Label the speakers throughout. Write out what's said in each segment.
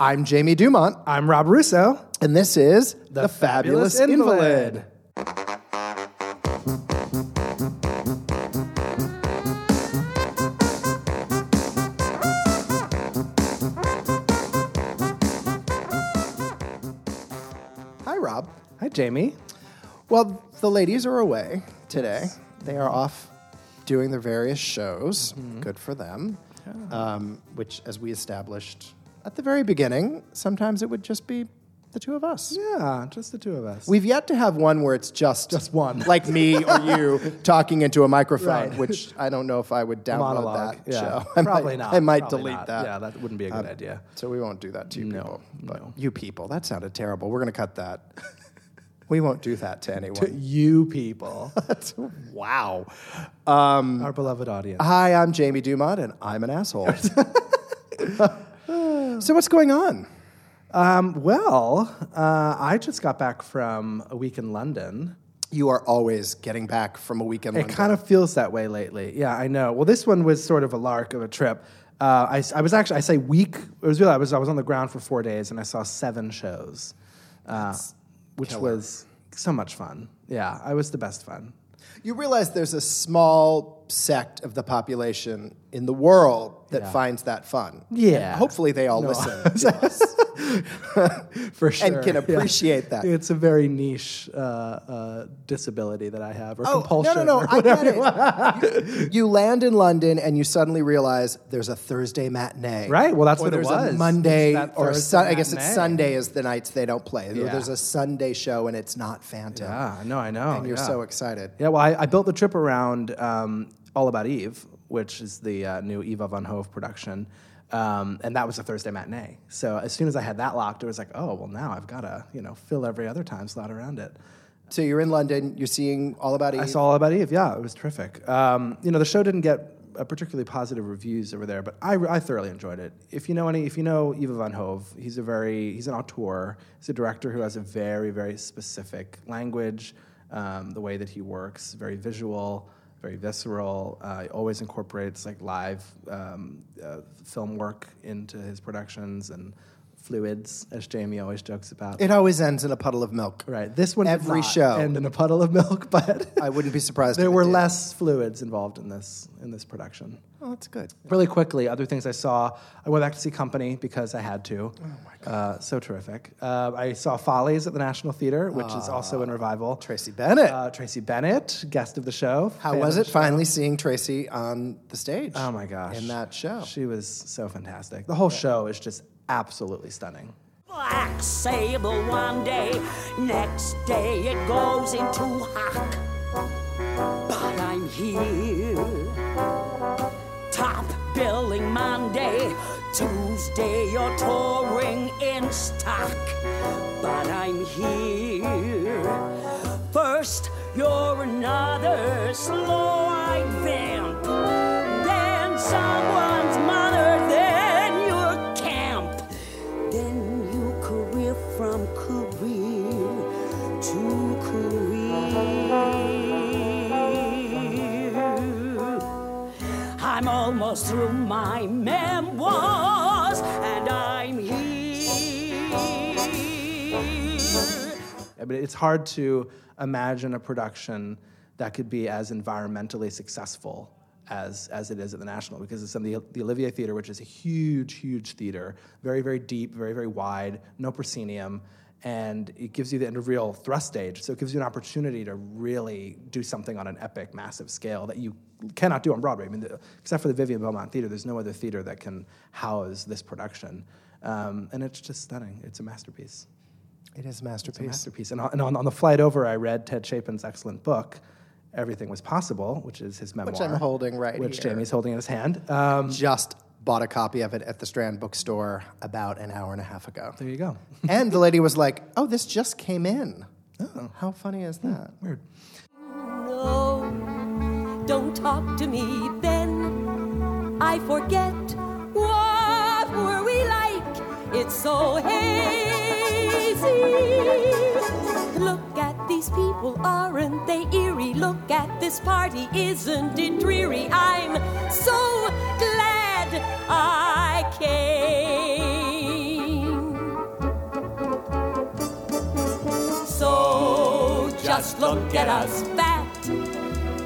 Speaker 1: I'm Jamie Dumont,
Speaker 2: I'm Rob Russo.
Speaker 1: and this is The,
Speaker 2: Fabulous
Speaker 1: Fabulous Invalid.
Speaker 2: Invalid.
Speaker 1: Hi, Rob.
Speaker 2: Hi, Jamie.
Speaker 1: Well, the ladies are away today. They are off doing their various shows.
Speaker 2: Mm-hmm.
Speaker 1: Good for them. Um, which, as we established at the very beginning, sometimes it would just be the two of us.
Speaker 2: Yeah, just the two of us.
Speaker 1: We've yet to have one where it's just
Speaker 2: Just one.
Speaker 1: like me or you talking into a microphone,
Speaker 2: Right.
Speaker 1: which I don't know if I would download
Speaker 2: monologue.
Speaker 1: that
Speaker 2: yeah,
Speaker 1: show. I
Speaker 2: probably
Speaker 1: might,
Speaker 2: not.
Speaker 1: I might
Speaker 2: Probably
Speaker 1: delete
Speaker 2: not.
Speaker 1: that.
Speaker 2: Yeah, that Um, wouldn't be a good idea.
Speaker 1: So we won't do that to you
Speaker 2: No,
Speaker 1: people. But
Speaker 2: no.
Speaker 1: you people, that sounded terrible. We're going to cut that. we won't do that to anyone.
Speaker 2: You people,
Speaker 1: wow.
Speaker 2: our beloved audience.
Speaker 1: Hi, I'm Jamie Dumont, and I'm an asshole. so what's going on?
Speaker 2: Um, well, uh, I just got back from a week in London.
Speaker 1: You are always getting back from a weekend.
Speaker 2: It kind of feels that way lately. Yeah, I know. Well, this one was sort of a lark of a trip. Uh, I, I was actually I say week. It was really I was I was on the ground for four days and I saw seven shows, uh, which was so much fun. Yeah, I was the best fun.
Speaker 1: You realize there's a small sect of the population in the world that finds that fun.
Speaker 2: Yeah.
Speaker 1: Hopefully they all listen to us
Speaker 2: for sure.
Speaker 1: and can
Speaker 2: yeah.
Speaker 1: appreciate that.
Speaker 2: It's a very niche uh, uh, disability that I have, or
Speaker 1: Oh,
Speaker 2: compulsion.
Speaker 1: No, no, no.
Speaker 2: or
Speaker 1: I get it. You, you land in London and you suddenly realize there's a Thursday matinee.
Speaker 2: Right, well, that's
Speaker 1: or
Speaker 2: what it
Speaker 1: there's
Speaker 2: was.
Speaker 1: A
Speaker 2: It's
Speaker 1: Monday
Speaker 2: that
Speaker 1: or
Speaker 2: Thursday
Speaker 1: Sun- I guess it's
Speaker 2: matinee.
Speaker 1: Sunday is the nights they don't play. Or
Speaker 2: Yeah.
Speaker 1: There's a Sunday show and it's not Phantom.
Speaker 2: Yeah, Ah, no, I know.
Speaker 1: And you're
Speaker 2: yeah.
Speaker 1: so excited.
Speaker 2: Yeah, well, I, I built the trip around um, All About Eve, which is the uh, new Eva von Hove production. Um, and that was a Thursday matinee. So as soon as I had that locked, it was like, oh, well, now I've got to, you know, fill every other time slot around it.
Speaker 1: So you're in London. You're seeing all about Eve.
Speaker 2: I saw All About Eve. Yeah, it was terrific. Um, you know, the show didn't get uh, particularly positive reviews over there, but I, I thoroughly enjoyed it. If you know any, if you know Eva Van Hove, he's a very he's an auteur. He's a director who has a very very specific language, um, the way that he works, very visual. Very visceral. Uh, he always incorporates like live um, uh, film work into his productions and fluids, as Jamie always jokes about.
Speaker 1: It always ends in a puddle of milk.
Speaker 2: right. This one did
Speaker 1: Every
Speaker 2: not
Speaker 1: show.
Speaker 2: end in a puddle of milk, but
Speaker 1: I wouldn't be surprised.
Speaker 2: there
Speaker 1: if it
Speaker 2: were
Speaker 1: did.
Speaker 2: less fluids involved in this in this production.
Speaker 1: Oh, that's good.
Speaker 2: Really quickly, other things I saw. I went back to see Company because I had to. Oh my god! Uh, so terrific. Uh, I saw Follies at the National Theater, which is also in revival.
Speaker 1: Ah, Tracy Bennett.
Speaker 2: uh, Tracy Bennett, guest of the show.
Speaker 1: How
Speaker 2: fan
Speaker 1: was
Speaker 2: of
Speaker 1: it
Speaker 2: the
Speaker 1: finally seeing Tracy on the stage?
Speaker 2: show. Oh my gosh!
Speaker 1: In that show.
Speaker 2: she was so fantastic. The whole show is just absolutely stunning.
Speaker 3: Black sable one day, next day it goes into hock. But I'm here. Top billing Monday, Tuesday you're touring in stock. But I'm here. First, you're another slow-eyed vamp. Then someone's mother, then your camp. Then you career from career to career. I'm almost through my memoirs, and I'm here.
Speaker 2: I mean, it's hard to imagine a production that could be as environmentally successful as as it is at the National because it's in the, the Olivier Theater, which is a huge, huge theater, very, very deep, very, very wide, no proscenium, and it gives you the, and a real thrust stage. So it gives you an opportunity to really do something on an epic, massive scale that you cannot do on Broadway. I mean, the, except for the Vivian Belmont Theater, there's no other theater that can house this production. Um, and it's just stunning. It's a masterpiece
Speaker 1: It is a masterpiece.
Speaker 2: masterpiece. And, on, and on, on the flight over, I read Ted Chapin's excellent book, Everything Was Possible, which is his memoir.
Speaker 1: Which I'm holding right
Speaker 2: Which
Speaker 1: here.
Speaker 2: Jamie's holding in his hand. Um,
Speaker 1: Just bought a copy of it at the Strand bookstore about an hour and a half ago.
Speaker 2: there you go. Oh.
Speaker 1: and the lady was like, "Oh, this just came in. How funny is that?"
Speaker 2: Hmm. Weird.
Speaker 4: No, don't talk to me then. I forget what were we like. It's so hazy. Look at these people, aren't they eerie? Look at this party, isn't it dreary? I'm so glad I came. So just look at us fat,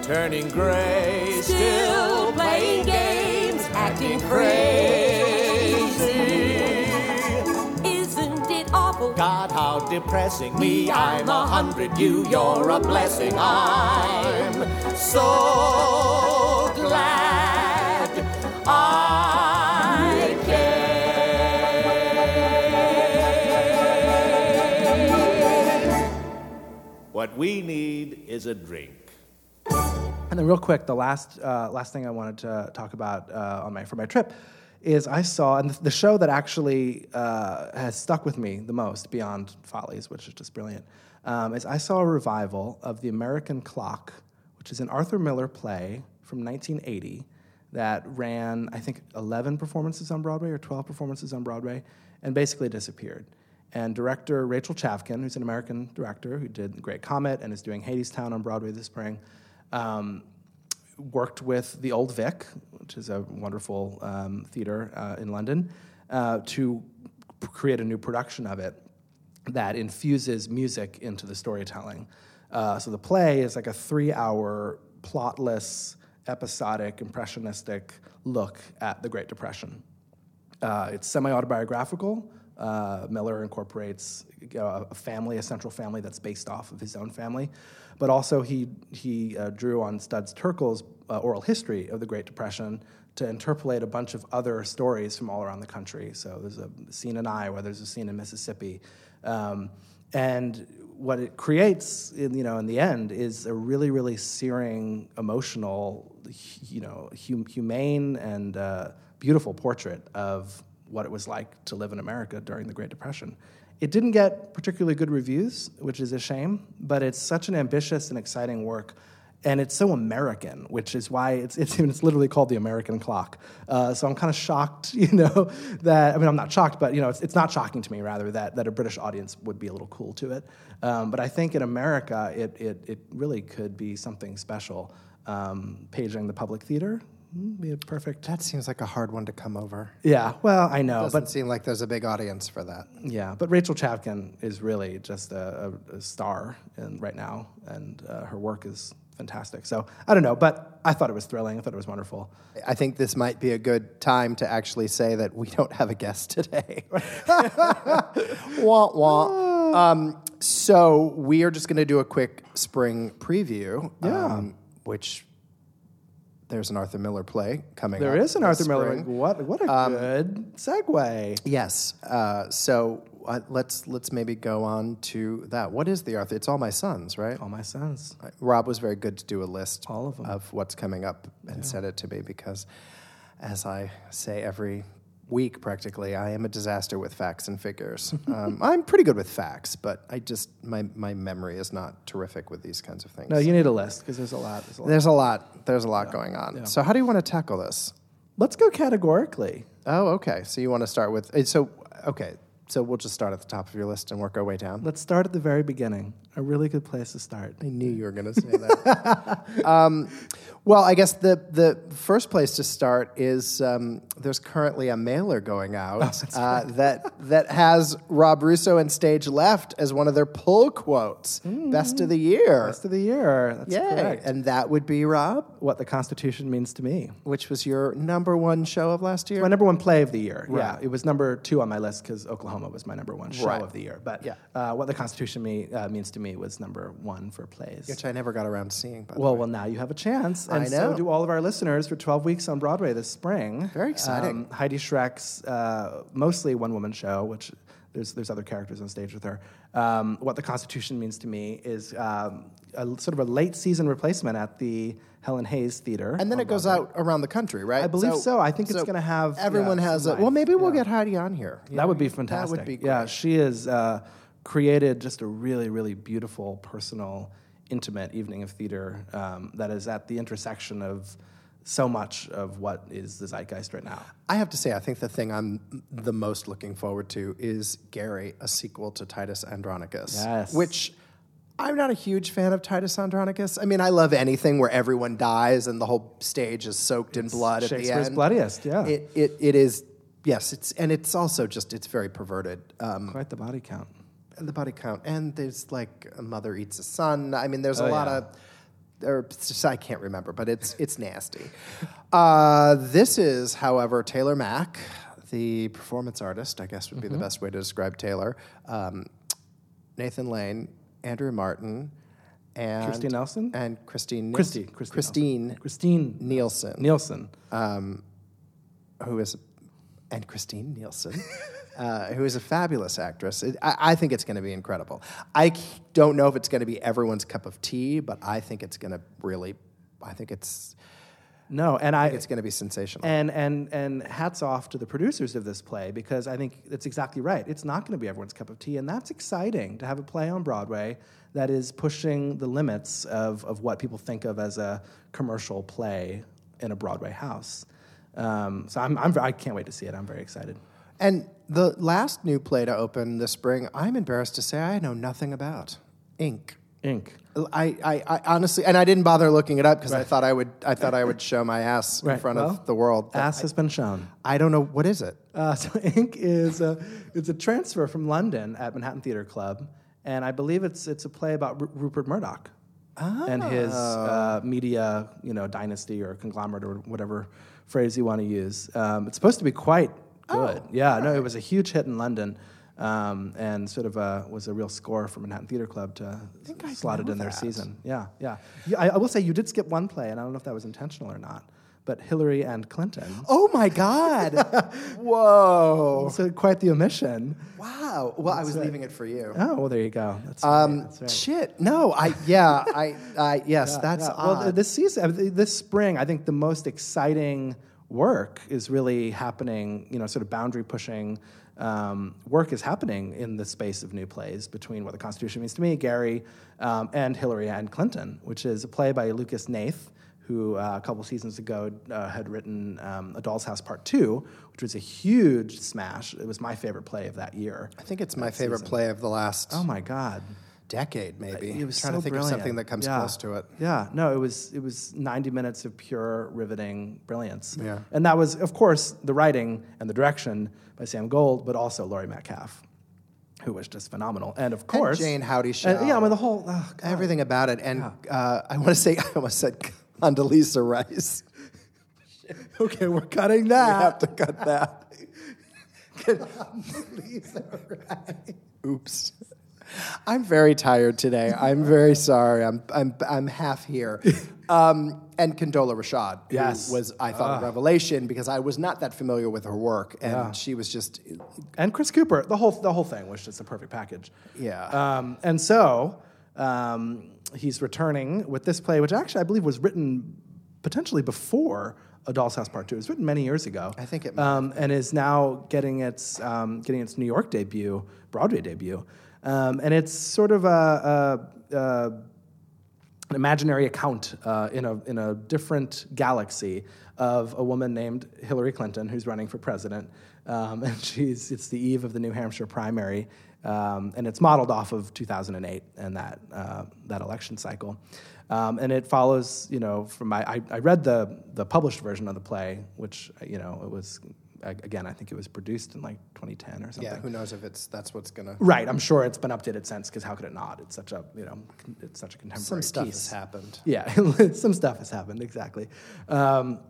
Speaker 4: turning gray, still playing games, acting crazy. Isn't it awful?
Speaker 5: God, how depressing. Me, I'm a hundred. You, you're a blessing. oh. I'm so glad I came. What we need is a drink.
Speaker 2: And then, real quick, the last uh, last thing I wanted to talk about uh, on my for my trip is I saw and the show that actually uh, has stuck with me the most beyond Follies, which is just brilliant, um, is I saw a revival of the American Clock, which is an Arthur Miller play from 1980 that ran I think 11 performances on Broadway or 12 performances on Broadway and basically disappeared. And director Rachel Chavkin, who's an American director who did The Great Comet and is doing Hadestown on Broadway this spring, um, worked with the Old Vic, which is a wonderful um, theater uh, in London, uh, to p- create a new production of it that infuses music into the storytelling. Uh, so the play is like a three-hour plotless, episodic, impressionistic look at the Great Depression. Uh, it's semi-autobiographical. Uh, Miller incorporates you know, a family, a central family that's based off of his own family, but also he he uh, drew on Studs Terkel's uh, oral history of the Great Depression to interpolate a bunch of other stories from all around the country. So there's a scene in Iowa, there's a scene in Mississippi, um, and what it creates, in, you know, in the end, is a really, really searing, emotional, hu- you know, hum- humane and uh, beautiful portrait of what it was like to live in America during the Great Depression. It didn't get particularly good reviews, which is a shame. But it's such an ambitious and exciting work and it's so American, which is why it's it's, it's literally called the American clock. Uh, so I'm kind of shocked, you know, that I mean I'm not shocked, but you know it's, it's not shocking to me rather that that a British audience would be a little cool to it. Um, but I think in America it it it really could be something special. Um, paging the public theater mm, be a perfect.
Speaker 1: That seems like a hard one to come over.
Speaker 2: Yeah, well I know,
Speaker 1: Doesn't
Speaker 2: but
Speaker 1: seem like there's a big audience for that.
Speaker 2: yeah, but Rachel Chavkin is really just a, a, a star in, right now, and uh, her work is fantastic. So I don't know, but I thought it was thrilling. I thought it was wonderful.
Speaker 1: I think this might be a good time to actually say that we don't have a guest today. wah, wah.
Speaker 2: Ah.
Speaker 1: Um, so we are just going to do a quick spring preview. um, which there's an Arthur Miller play coming.
Speaker 2: There
Speaker 1: up
Speaker 2: is an
Speaker 1: this
Speaker 2: Arthur Miller.
Speaker 1: spring.
Speaker 2: What what a good segue.
Speaker 1: Yes. Uh, so uh, let's let's maybe go on to that. What is the Arthur? It's all my sons, right? Uh,
Speaker 2: All Oh, my sons.
Speaker 1: Rob was very good to do a list
Speaker 2: All of 'em.
Speaker 1: what's coming up and sent it to me because, as I say every week practically, I am a disaster with facts and figures. um, I'm pretty good with facts, but I just my my memory is not terrific with these kinds of things.
Speaker 2: No, Uh, you need a list because there's a lot. There's a lot.
Speaker 1: there's a lot. There's a lot going on. So how do you want to tackle this?
Speaker 2: Let's go categorically.
Speaker 1: Oh, okay. So you want to start with eh, so okay. So we'll just start at the top of your list and work our way down.
Speaker 2: Let's start at the very beginning. A really good place to start.
Speaker 1: I knew you were going to say that. um, Well, I guess the the first place to start is um, there's currently a mailer going
Speaker 2: Oh,
Speaker 1: out uh, that that has Rob Russo and Stage Left as one of their pull quotes, best of the year.
Speaker 2: Mm-hmm. Best of the year. That's
Speaker 1: Yay.
Speaker 2: correct.
Speaker 1: and that would be Rob,
Speaker 2: what the Constitution means to me.
Speaker 1: which was your number one show of last year.
Speaker 2: My number one play of the year.
Speaker 1: Right.
Speaker 2: Yeah, it was number two on my list because Oklahoma was my number one show
Speaker 1: Right.
Speaker 2: of the year. But
Speaker 1: Yeah.
Speaker 2: uh, what the Constitution me, uh, means to me was number one for plays.
Speaker 1: which I never got around to seeing. By the
Speaker 2: Well,
Speaker 1: way.
Speaker 2: well, now you have a chance, and
Speaker 1: I know.
Speaker 2: so do all of our listeners for 12 weeks on Broadway this spring. Um,
Speaker 1: Very exciting.
Speaker 2: Heidi Schreck's uh, mostly one-woman show, which there's there's other characters on stage with her. Um, what the Constitution means to me is um, a, sort of a late season replacement at the Helen Hayes Theater,
Speaker 1: and then
Speaker 2: on
Speaker 1: it goes
Speaker 2: Broadway.
Speaker 1: out around the country, right?
Speaker 2: I believe so. I think it's gonna have, yeah,
Speaker 1: everyone has
Speaker 2: some
Speaker 1: a. Well,
Speaker 2: life.
Speaker 1: maybe we'll get Heidi on here. you
Speaker 2: That
Speaker 1: know?
Speaker 2: would be fantastic.
Speaker 1: That would be great.
Speaker 2: Yeah, she has uh, created just a really, really beautiful, personal, intimate evening of theater um, that is at the intersection of so much of what is the zeitgeist right now.
Speaker 1: I have to say, I think the thing I'm the most looking forward to is Gary, a sequel to Titus Andronicus.
Speaker 2: Yes.
Speaker 1: Which I'm not a huge fan of Titus Andronicus. I mean, I love anything where everyone dies and the whole stage is soaked in blood at the end.
Speaker 2: Shakespeare's bloodiest, yeah.
Speaker 1: It, it, it is, yes, it's, and it's also just, it's very perverted. Um,
Speaker 2: Quite the body count.
Speaker 1: and the body count. And there's like a mother eats a son. I mean, there's
Speaker 2: Oh,
Speaker 1: a lot of, or it's just- I can't remember, but it's it's nasty. Uh, this is, however, Taylor Mack, the performance artist. I guess would be
Speaker 2: Mm-hmm.
Speaker 1: the best way to describe Taylor. Um, Nathan Lane, Andrew Martin, and
Speaker 2: Christine Nelson?
Speaker 1: and Christine Nielsen,
Speaker 2: Christy, Christine,
Speaker 1: Christine
Speaker 2: Nelson. Christine
Speaker 1: Nielsen,
Speaker 2: Nielsen.
Speaker 1: who is and Christine Nielsen, uh, who is a fabulous actress. It, I, I think it's going to be incredible. I c- don't know if it's going to be everyone's cup of tea, but I think it's going to really. I think it's
Speaker 2: no, and I,
Speaker 1: it's going to be sensational.
Speaker 2: And and and hats off to the producers of this play because I think that's exactly right. It's not going to be everyone's cup of tea, and that's exciting to have a play on Broadway that is pushing the limits of of what people think of as a commercial play in a Broadway house. Um, so I'm, I'm I can't wait to see it. I'm very excited.
Speaker 1: And the last new play to open this spring, I'm embarrassed to say I know nothing about. Ink.
Speaker 2: Ink.
Speaker 1: I, I, I honestly, and I didn't bother looking it up because I thought I would. I thought I would show my ass in
Speaker 2: Right,
Speaker 1: front
Speaker 2: well,
Speaker 1: of the world. but
Speaker 2: Ass has been shown.
Speaker 1: I don't know what is it.
Speaker 2: Uh, so Ink is a, it's a transfer from London at Manhattan Theatre Club, and I believe it's it's a play about Ru- Rupert Murdoch and his uh, media you know dynasty or conglomerate or whatever phrase you want to use. Um, it's supposed to be quite good. yeah, no, it was a huge hit in London. Um, and sort of uh was a real score for Manhattan Theatre Club to slot it in their season. Yeah, yeah. You, I, I will say you did skip one play, and I don't know if that was intentional or not. But Hillary and Clinton.
Speaker 1: Oh my god! Whoa!
Speaker 2: So quite the omission.
Speaker 1: Wow. Well, I was leaving it for you.
Speaker 2: Oh well, there you go. That's um,
Speaker 1: Shit. No. I. Yeah. I. I. Yes. that's
Speaker 2: well.
Speaker 1: odd.
Speaker 2: th- This season, uh, th- this spring, I think the most exciting work is really happening. You know, sort of boundary pushing um, work is happening in the space of new plays between what the Constitution means to me, Gary, um, and Hillary and Clinton, which is a play by Lucas Nath. Who uh, a couple seasons ago uh, had written um, A Doll's House Part Two, which was a huge smash. It was my favorite play of that year.
Speaker 1: I think it's my favorite play of the last
Speaker 2: Oh my God!
Speaker 1: decade, maybe.
Speaker 2: It was
Speaker 1: I'm trying
Speaker 2: so
Speaker 1: to think
Speaker 2: brilliant.
Speaker 1: of something that comes
Speaker 2: Yeah.
Speaker 1: close to it.
Speaker 2: Yeah, no, it was it was 90 minutes of pure riveting brilliance.
Speaker 1: Yeah.
Speaker 2: And that was of course the writing and the direction by Sam Gold, but also Laurie Metcalf, who was just phenomenal. And of course
Speaker 1: Jane Howdy
Speaker 2: And, yeah, I mean the whole oh, God.
Speaker 1: Everything about it, and uh, I want to say I almost said Condoleezza Rice.
Speaker 2: Okay, we're cutting
Speaker 1: I
Speaker 2: that.
Speaker 1: have to cut that. Condoleezza Rice. Oops. I'm very tired today. I'm very sorry. I'm I'm I'm half here. Um, and Condola Rashad, who
Speaker 2: Yes. Ah.
Speaker 1: was I thought a revelation because I was not that familiar with her work, and she was just
Speaker 2: and Chris Cooper. The whole the whole thing was just a perfect package.
Speaker 1: Yeah.
Speaker 2: Um, and so um, he's returning with this play, which actually I believe was written potentially before A Doll's House Part Two. It was written many years ago. I
Speaker 1: think it might
Speaker 2: um, and is now getting its um, getting its New York debut, Broadway debut, um, and it's sort of a. a, a an imaginary account uh, in, a, in a different galaxy of a woman named Hillary Clinton who's running for president um, and she's it's the eve of the New Hampshire primary, um, and it's modeled off of 2008 and that uh, that election cycle, um, and it follows you know from my I, I read the the published version of the play, which you know it was ag- again I think it was produced in like 2010 or something.
Speaker 1: Yeah, who knows if it's that's what's gonna.
Speaker 2: Right, I'm sure it's been updated since because how could it not? It's such a you know, con- it's such a contemporary
Speaker 1: Some stuff
Speaker 2: piece.
Speaker 1: has happened.
Speaker 2: Yeah, some stuff has happened exactly, um,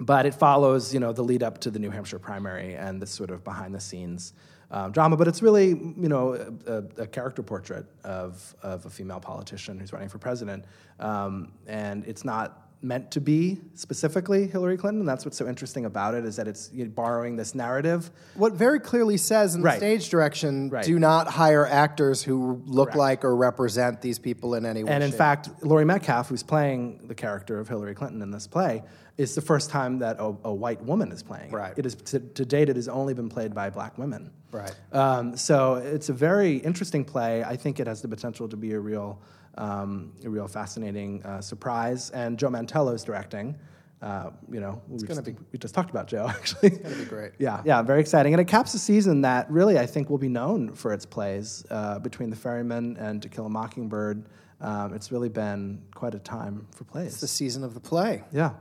Speaker 2: but it follows you know the lead up to the New Hampshire primary and this sort of behind the scenes um, drama. But it's really you know a, a character portrait of of a female politician who's running for president, um, and it's not meant to be specifically Hillary Clinton. That's what's so interesting about it is that it's you know, borrowing this narrative.
Speaker 1: What very clearly says in the
Speaker 2: Right.
Speaker 1: stage direction:
Speaker 2: Right.
Speaker 1: do not hire actors who look like or represent these people in any way.
Speaker 2: And in
Speaker 1: shape.
Speaker 2: fact, Laurie Metcalf, who's playing the character of Hillary Clinton in this play, is the first time that a, a white woman is playing. it.
Speaker 1: Right.
Speaker 2: It is to, to date. It has only been played by black women.
Speaker 1: Right.
Speaker 2: Um, so it's a very interesting play. I think it has the potential to be a real, um, a real fascinating uh, surprise. And Joe Mantello's directing. Uh, you know, we just, we just talked about Joe actually. It's gonna be
Speaker 1: great.
Speaker 2: yeah, yeah, very exciting. And it caps a season that really I think will be known for its plays uh, between The Ferryman and To Kill a Mockingbird. Um, it's really been quite a time for plays.
Speaker 1: the season of the play.
Speaker 2: yeah,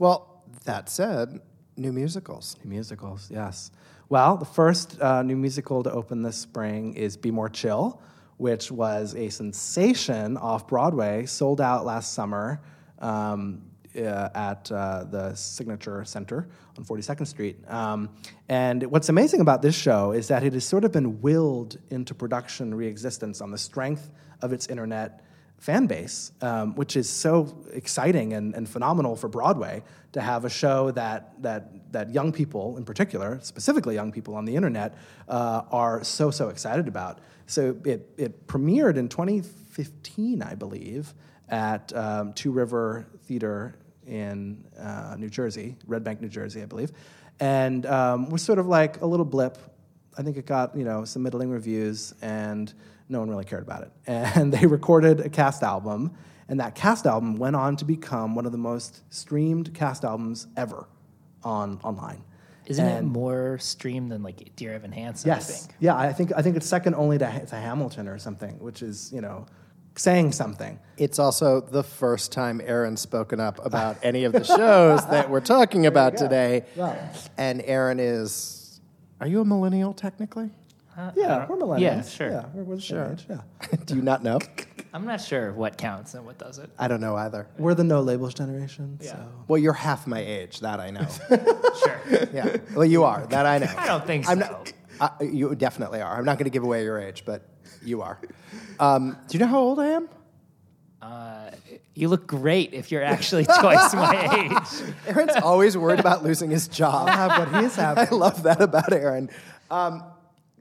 Speaker 1: Well, that said, new musicals.
Speaker 2: new musicals, yes. Well, the first uh, new musical to open this spring is Be More Chill, which was a sensation off Broadway, sold out last summer um, uh, at uh, the Signature Center on 42nd Street. Um, and what's amazing about this show is that it has sort of been willed into production reexistence on the strength of its internet fan base, um, which is so exciting and, and phenomenal for Broadway to have a show that that that young people, in particular, specifically young people on the internet, uh, are so so excited about. So it it premiered in 2015, I believe, at um, Two River Theater in uh, New Jersey, Red Bank, New Jersey, I believe, and um, was sort of like a little blip I think it got you know some middling reviews, and no one really cared about it. And they recorded a cast album, and that cast album went on to become one of the most streamed cast albums ever on online.
Speaker 6: Isn't it
Speaker 1: Um,
Speaker 2: And-
Speaker 6: more streamed than like Dear Evan Hansen? I
Speaker 2: Yes.
Speaker 6: think.
Speaker 2: Yeah, I think I think it's second only to, Ha- to Hamilton or something, which is you know saying something.
Speaker 1: It's also the first time Aaron's spoken up about any of the shows that we're talking about today. And Aaron is, are you a millennial technically?
Speaker 2: Yeah, we're millennials.
Speaker 6: Uh, yeah, sure.
Speaker 2: Yeah, we're, we're the same age, Yeah,
Speaker 1: Do you not know?
Speaker 6: I'm not sure what counts and what doesn't.
Speaker 1: I don't know either.
Speaker 2: we're the no labels generation.
Speaker 6: Yeah.
Speaker 2: So.
Speaker 1: Well, you're half my age. That I know.
Speaker 6: Sure.
Speaker 1: yeah. Well, you are. That I know.
Speaker 6: I don't think so.
Speaker 1: I'm not. I, you definitely are. I'm not going to give away your age, but you are. Um, do you know how old I am?
Speaker 6: You look great if you're actually twice my age.
Speaker 1: Aaron's always worried about losing his job.
Speaker 2: I'll have what he is having.
Speaker 1: I love that about Aaron. Um,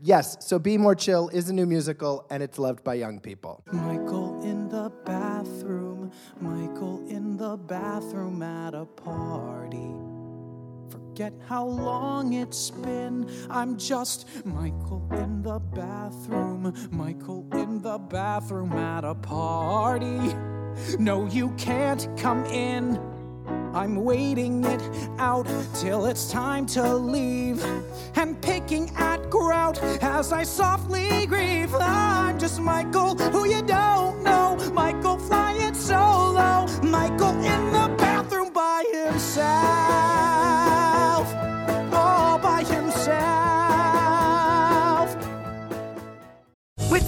Speaker 1: yes, so Be More Chill is a new musical and it's loved by young people.
Speaker 7: Michael in the bathroom, Michael in the bathroom at a party. Forget how long it's been, I'm just Michael in the bathroom, Michael in the bathroom at a party. No, you can't come in. I'm waiting it out till it's time to leave and picking at grout as I softly grieve. I'm just Michael, who you don't know. Michael flying solo. Michael in the bathroom by himself. All by himself.
Speaker 8: With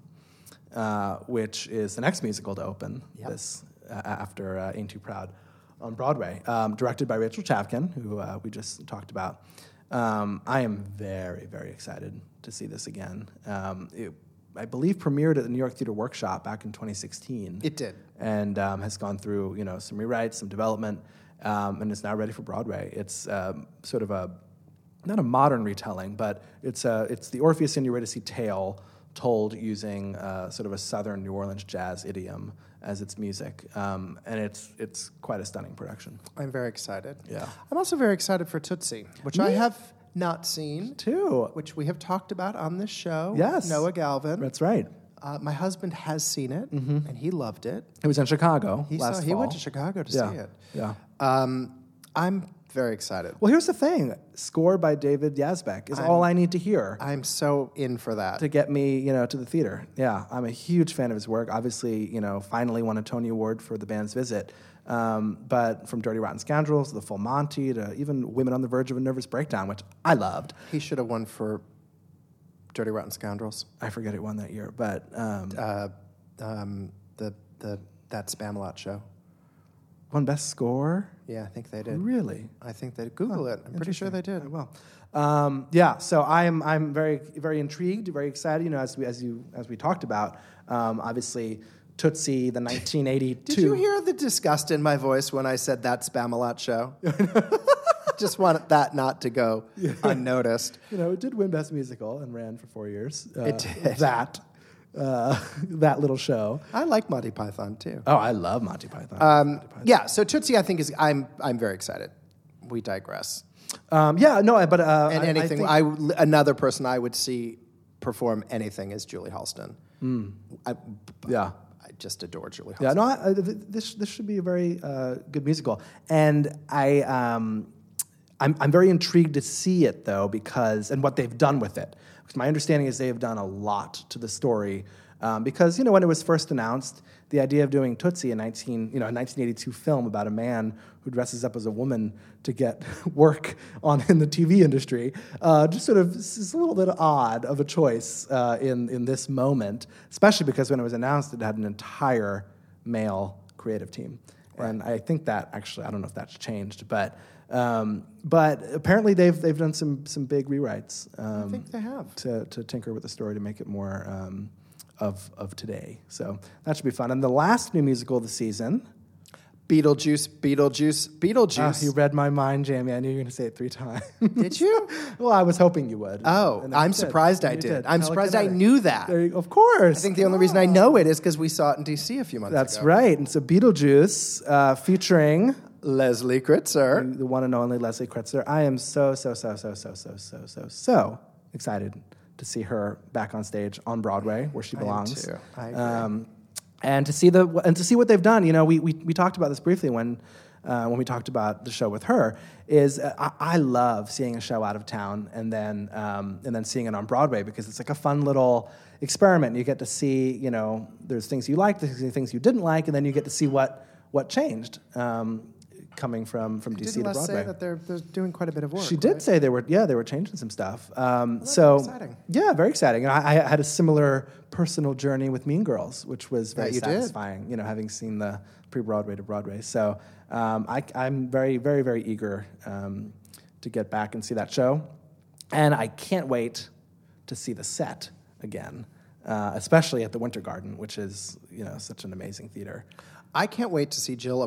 Speaker 2: uh, which is the next musical to open this uh, after uh, Ain't Too Proud on Broadway, um, directed by Rachel Chavkin, who uh, we just talked about. Um, I am very, very excited to see this again. Um, it, I believe premiered at the New York Theater Workshop back in 2016
Speaker 1: It did.
Speaker 2: and um, has gone through you know some rewrites, some development, um, and is now ready for Broadway. It's um, sort of a not a modern retelling, but it's a, it's the Orpheus and Eurydice tale told using uh, sort of a Southern New Orleans jazz idiom as its music, um, and it's it's quite a stunning production.
Speaker 1: I'm very excited.
Speaker 2: Yeah.
Speaker 1: I'm also very excited for Tootsie, which I have not seen,
Speaker 2: Too.
Speaker 1: which we have talked about on this show.
Speaker 2: Yes.
Speaker 1: Noah Galvin.
Speaker 2: That's right.
Speaker 1: Uh, my husband has seen it, and he loved it.
Speaker 2: It was in Chicago
Speaker 1: He,
Speaker 2: Mm-hmm. last
Speaker 1: saw, he went
Speaker 2: fall.
Speaker 1: to Chicago to
Speaker 2: Yeah.
Speaker 1: see it.
Speaker 2: Yeah.
Speaker 1: Um, I'm very excited.
Speaker 2: Well, here's the thing: score by David Yazbek is all I need to hear.
Speaker 1: I'm so in for that.
Speaker 2: to get me, you know, to the theater. Yeah, I'm a huge fan of his work. Obviously, you know, finally won a Tony Award for The Band's Visit. Um, but from Dirty Rotten Scoundrels to The Full Monty to even Women on the Verge of a Nervous Breakdown, which I loved.
Speaker 1: He should have won for Dirty Rotten Scoundrels.
Speaker 2: I forget it won that year, but um,
Speaker 1: Um, the the that Spamlot show.
Speaker 2: won Best Score.
Speaker 1: Yeah, I think they did.
Speaker 2: Really? Oh,
Speaker 1: I think they Google it. I'm pretty sure they did.
Speaker 2: Well, um, yeah. So I'm I'm very very intrigued, very excited. You know, as we as you as we talked about, um, obviously Tootsie, the 1982.
Speaker 1: Did you hear the disgust in my voice when I said that Spamalot show? Just want that not to go unnoticed.
Speaker 2: you know, it did win Best Musical and ran for four years. Uh,
Speaker 1: It did.
Speaker 2: That, uh, that little show. Um,
Speaker 1: I like Monty Python too.
Speaker 2: Oh, I love Monty Python.
Speaker 1: Yeah, so Tootsie, I think is I'm I'm very excited. We digress.
Speaker 2: Um, yeah, no, I- but uh,
Speaker 1: And
Speaker 2: I- I
Speaker 1: anything,
Speaker 2: think-
Speaker 1: I, w- another person I would see perform anything is Julie Halston. I,
Speaker 2: yeah,
Speaker 1: I just adore Julie Halston.
Speaker 2: Hmm. yeah. No, I, I- th- this this should be a very uh, good musical, and I. Um, I'm, I'm very intrigued to see it though because and what they've done with it because my understanding is they have done a lot to the story um, because you know when it was first announced the idea of doing Tootsie in 19 you know a 1982 film about a man who dresses up as a woman to get work on in the TV industry uh, just sort of is a little bit odd of a choice uh, in in this moment especially because when it was announced it had an entire male creative team. And I think that actually, I don't know if that's changed, but um, but apparently they've they've done some some big rewrites. Um, I think
Speaker 1: they have.
Speaker 2: to, to tinker with the story to make it more um, of of today. So that should be fun. And the last new musical of the season,
Speaker 1: Beetlejuice, Beetlejuice, Beetlejuice.
Speaker 2: Ah, you read my mind, Jamie. I knew you were going to say it three times.
Speaker 1: Did you?
Speaker 2: well, I was hoping you would.
Speaker 1: Oh,
Speaker 2: And then
Speaker 1: I'm
Speaker 2: you did.
Speaker 1: surprised I
Speaker 2: And
Speaker 1: did.
Speaker 2: you
Speaker 1: I'm
Speaker 2: Now look
Speaker 1: surprised
Speaker 2: at
Speaker 1: I
Speaker 2: it.
Speaker 1: knew that.
Speaker 2: There you- of course.
Speaker 1: I think the only reason I know it is because we saw it in DC a few months
Speaker 2: That's
Speaker 1: ago.
Speaker 2: right. And so Beetlejuice uh, featuring
Speaker 1: Leslie Kritzer.
Speaker 2: The, the one and only Leslie Kritzer. I am so, so, so, so, so, so, so, so, so excited to see her back on stage on Broadway where she
Speaker 1: I am
Speaker 2: belongs.
Speaker 1: too. I agree.
Speaker 2: Um, and to see the and to see what they've done, you know, we we, we talked about this briefly when uh, when we talked about the show with her. Is uh, I, I love seeing a show out of town and then um, and then seeing it on Broadway because it's like a fun little experiment. You get to see, you know, there's things you liked, there's things you didn't like, and then you get to see what what changed um, coming from from DC
Speaker 1: Didn't
Speaker 2: to
Speaker 1: Les
Speaker 2: Broadway.
Speaker 1: say that they're, they're doing quite a bit of work?
Speaker 2: She did
Speaker 1: right?
Speaker 2: say they were, yeah, they were changing some stuff. Um, so
Speaker 1: exciting.
Speaker 2: yeah, very exciting. And I, I had a similar personal journey with Mean Girls, which was very
Speaker 1: you did.
Speaker 2: satisfying. You know, having seen the pre-Broadway to Broadway. So um, I, I'm very, very, very eager um, to get back and see that show, and I can't wait to see the set again. Uh, especially at the Winter Garden, which is you know such an amazing theater.
Speaker 1: I can't wait to see Jill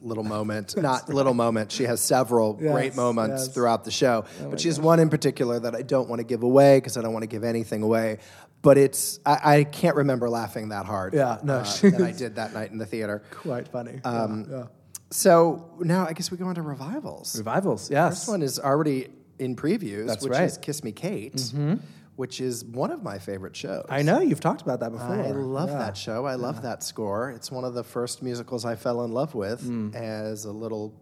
Speaker 1: little moment. Not little moment. She has several great
Speaker 2: Yes,
Speaker 1: moments
Speaker 2: yes. Oh
Speaker 1: throughout the show, but she has one in particular that I don't want to give away because I don't want to give anything away. But it's I, I can't remember laughing that hard.
Speaker 2: Yeah, no,
Speaker 1: uh,
Speaker 2: she
Speaker 1: than I
Speaker 2: was-
Speaker 1: did that night in the theater.
Speaker 2: Quite funny. yeah.
Speaker 1: So now I guess we go on to revivals.
Speaker 2: Revivals, yes.
Speaker 1: First one is already in previews,
Speaker 2: That's
Speaker 1: which
Speaker 2: right. Mm-hmm.
Speaker 1: is Kiss Me Kate, which is one of my favorite shows.
Speaker 2: I know you've talked about that before.
Speaker 1: I love
Speaker 2: Yeah.
Speaker 1: that show. I love that score. It's one of the first musicals I fell in love with
Speaker 2: Hmm.
Speaker 1: as a little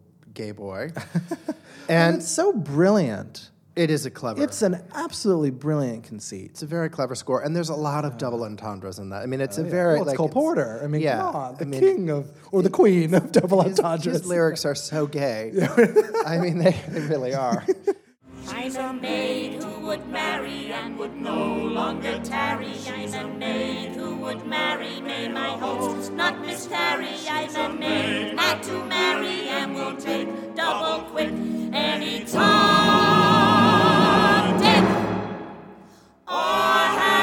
Speaker 1: gay boy.
Speaker 2: and
Speaker 1: and
Speaker 2: it's so brilliant.
Speaker 1: it is a clever.
Speaker 2: It's an absolutely brilliant conceit.
Speaker 1: it's a very clever score, and there's a lot of double entendres in that. I mean, it's a
Speaker 2: Oh,
Speaker 1: very
Speaker 2: Well, it's
Speaker 1: like
Speaker 2: Cole
Speaker 1: it's-
Speaker 2: Porter. I mean,
Speaker 1: yeah,
Speaker 2: come on, the
Speaker 1: I mean,
Speaker 2: king of or the queen of double
Speaker 1: his,
Speaker 2: entendres.
Speaker 1: his lyrics are so gay. I mean, they, they really are.
Speaker 3: She's a maid who would marry and would no longer tarry. She's a maid who would marry. May my hopes not miscarry. I'm a maid not to marry and will take double quick any time. Dick or Harry.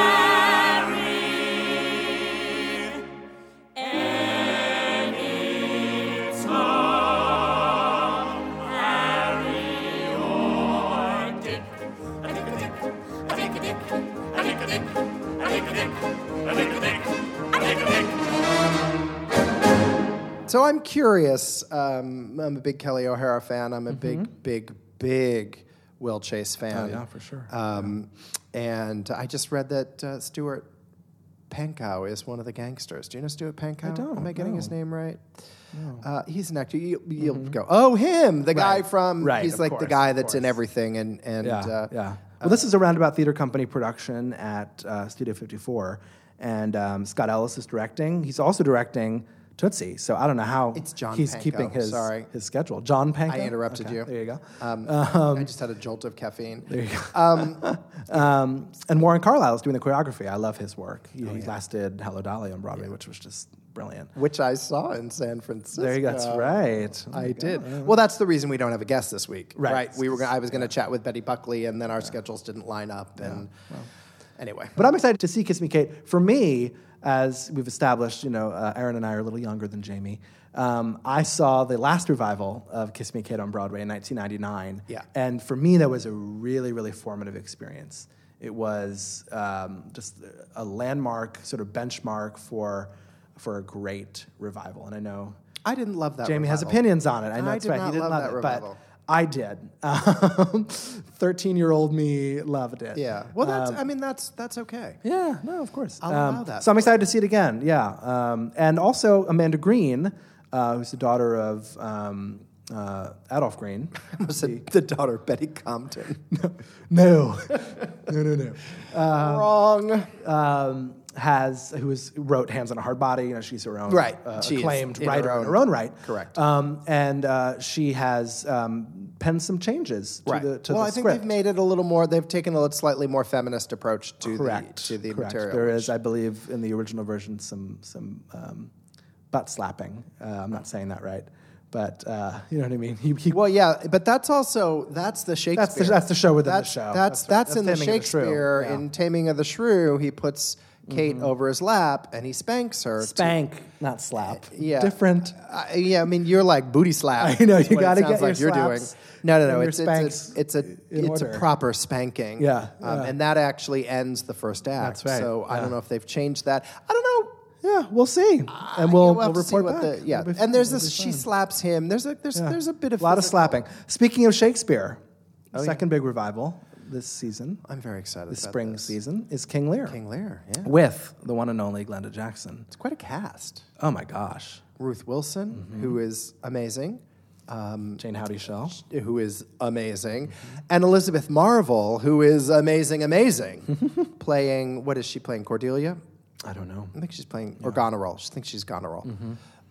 Speaker 3: Any Tom, Harry, or Dick. A dick, a dick, a dick, a dick, a dick, a dick, a dick, a dick, a dick, a dick, a dick, a dick.
Speaker 1: So I'm curious. Um, I'm a big Kelly O'Hara fan. I'm a
Speaker 2: Mm-hmm.
Speaker 1: big, big, big Will Chase fan.
Speaker 2: Oh, yeah, for sure.
Speaker 1: Um, And I just read that uh, Stuart Pankow is one of the gangsters. Do you know Stuart Pankow?
Speaker 2: don't,
Speaker 1: Am I getting his
Speaker 2: no. Mm-hmm.
Speaker 1: name right? Uh, he's an actor. You, you'll go, oh, him, the guy
Speaker 2: Right.
Speaker 1: from.
Speaker 2: Right,
Speaker 1: he's
Speaker 2: of
Speaker 1: like the
Speaker 2: course,
Speaker 1: guy
Speaker 2: of
Speaker 1: that's in
Speaker 2: course.
Speaker 1: everything, and and
Speaker 2: yeah,
Speaker 1: uh,
Speaker 2: yeah. Well, this is a Roundabout Theater Company production at uh, Studio 54, and um, Scott Ellis is directing. He's also directing Tootsie, so I don't know how
Speaker 1: It's John
Speaker 2: he's
Speaker 1: Pankow,
Speaker 2: keeping his
Speaker 1: sorry.
Speaker 2: his schedule. John Pankow.
Speaker 1: I interrupted
Speaker 2: Okay,
Speaker 1: you.
Speaker 2: There you go.
Speaker 1: Um, I just had a jolt of caffeine.
Speaker 2: Um, and Warren Carlisle is doing the choreography. I love his work.
Speaker 1: Oh,
Speaker 2: He, he last did Hello Dolly on Broadway, which was just brilliant.
Speaker 1: Which I saw in San Francisco.
Speaker 2: There you go. That's right. Oh my
Speaker 1: I did.
Speaker 2: God.
Speaker 1: Well, that's the reason we don't have a guest this week, right?
Speaker 2: Right.
Speaker 1: We were. gonna- I was going to chat with Betty Buckley, and then our schedules didn't line up. And anyway,
Speaker 2: But I'm excited to see Kiss Me Kate. For me, as we've established, you know, uh, Aaron and I are a little younger than Jamie. Um, I saw the last revival of Kiss Me Kate on Broadway in 1999.
Speaker 1: Yeah.
Speaker 2: And for me, that was a really, really formative experience. It was um, just a landmark, sort of benchmark for, for a great revival. And I know
Speaker 1: I didn't love that.
Speaker 2: Jamie has
Speaker 1: revival.
Speaker 2: opinions on it. I know
Speaker 1: I
Speaker 2: it's
Speaker 1: did
Speaker 2: right.
Speaker 1: not
Speaker 2: he didn't
Speaker 1: love
Speaker 2: love,
Speaker 1: that
Speaker 2: it,
Speaker 1: revival.
Speaker 2: but I did. Thirteen-year-old me loved it.
Speaker 1: Yeah. Well, that's.
Speaker 2: Um,
Speaker 1: I mean, that's that's okay.
Speaker 2: Yeah, no, of course.
Speaker 1: I'll
Speaker 2: Um,
Speaker 1: allow that.
Speaker 2: So I'm excited to see it again. Yeah, um, and also Amanda Green, uh, who's the daughter of um, uh, Adolph Green.
Speaker 1: Was it the daughter of Betty Compton?
Speaker 2: no, no, no, no.
Speaker 1: Wrong.
Speaker 2: um, has who is wrote Hands on a Hard Body. You know, she's her own
Speaker 1: Right.
Speaker 2: uh,
Speaker 1: She is
Speaker 2: acclaimed
Speaker 1: in her
Speaker 2: writer
Speaker 1: own-
Speaker 2: in her own right.
Speaker 1: Correct.
Speaker 2: Um, and uh, she has um, penned some changes to
Speaker 1: Right.
Speaker 2: the to
Speaker 1: well,
Speaker 2: the
Speaker 1: I think
Speaker 2: script.
Speaker 1: they've made it a little more. They've taken a slightly more feminist approach to
Speaker 2: correct
Speaker 1: the to the
Speaker 2: correct.
Speaker 1: material.
Speaker 2: There
Speaker 1: which-
Speaker 2: is, I believe, in the original version, some some um, butt slapping. Uh, I'm not saying that right, but uh, you know what I mean. He, he
Speaker 1: Well, yeah, but that's also that's the Shakespeare.
Speaker 2: that's the show within the
Speaker 1: That's
Speaker 2: show. That's
Speaker 1: That's
Speaker 2: right.
Speaker 1: that's,
Speaker 2: That's
Speaker 1: in the
Speaker 2: Taming of the Shrew,
Speaker 1: Shakespeare
Speaker 2: yeah.
Speaker 1: in Taming of the Shrew. He puts
Speaker 2: Kate over his lap and he spanks her. to-
Speaker 1: Mm-hmm. Spank,
Speaker 9: not slap.
Speaker 2: yeah.
Speaker 1: Different.
Speaker 2: I, yeah, I mean, you're like booty slap.
Speaker 1: I know,
Speaker 2: is
Speaker 1: you
Speaker 2: what it
Speaker 1: gotta
Speaker 2: sounds
Speaker 1: get your
Speaker 2: like you're doing.
Speaker 1: slaps
Speaker 2: No, no,
Speaker 1: and
Speaker 2: no.
Speaker 1: your
Speaker 2: It's, it's,
Speaker 1: spanks
Speaker 2: a, it's a it's
Speaker 1: order.
Speaker 2: a proper spanking.
Speaker 1: Yeah,
Speaker 2: Um,
Speaker 1: yeah.
Speaker 2: And that actually ends the first act.
Speaker 1: That's right,
Speaker 2: So I
Speaker 1: yeah.
Speaker 2: don't know if they've changed that. I don't know.
Speaker 1: Yeah, we'll see, and
Speaker 2: We'll,
Speaker 1: Uh, we'll,
Speaker 2: have to
Speaker 1: we'll
Speaker 2: see
Speaker 1: report
Speaker 2: what
Speaker 1: back.
Speaker 2: the- yeah.
Speaker 1: It'll be
Speaker 2: and there's
Speaker 1: fun. It'll
Speaker 2: this.
Speaker 1: be
Speaker 2: She
Speaker 1: fun.
Speaker 2: slaps him. There's a there's
Speaker 1: Yeah.
Speaker 2: there's a bit of
Speaker 1: a lot of
Speaker 2: physical-
Speaker 1: slapping. Speaking of Shakespeare,
Speaker 2: Oh, yeah.
Speaker 1: second big revival this season.
Speaker 2: I'm very excited.
Speaker 1: The
Speaker 2: about
Speaker 1: spring
Speaker 2: this.
Speaker 1: season is King Lear
Speaker 2: King Lear. Yeah.
Speaker 1: with the one and only Glenda Jackson.
Speaker 2: It's quite a cast. Mm-hmm.
Speaker 1: Oh my gosh,
Speaker 2: Ruth Wilson, who is amazing, um,
Speaker 1: Jane Howdy Shell.
Speaker 2: who is amazing, and Elizabeth Marvel, who is amazing, amazing, playing, what is she playing? Cordelia?
Speaker 1: I don't know.
Speaker 2: I think she's playing, or Goneril. She thinks she's Goneril.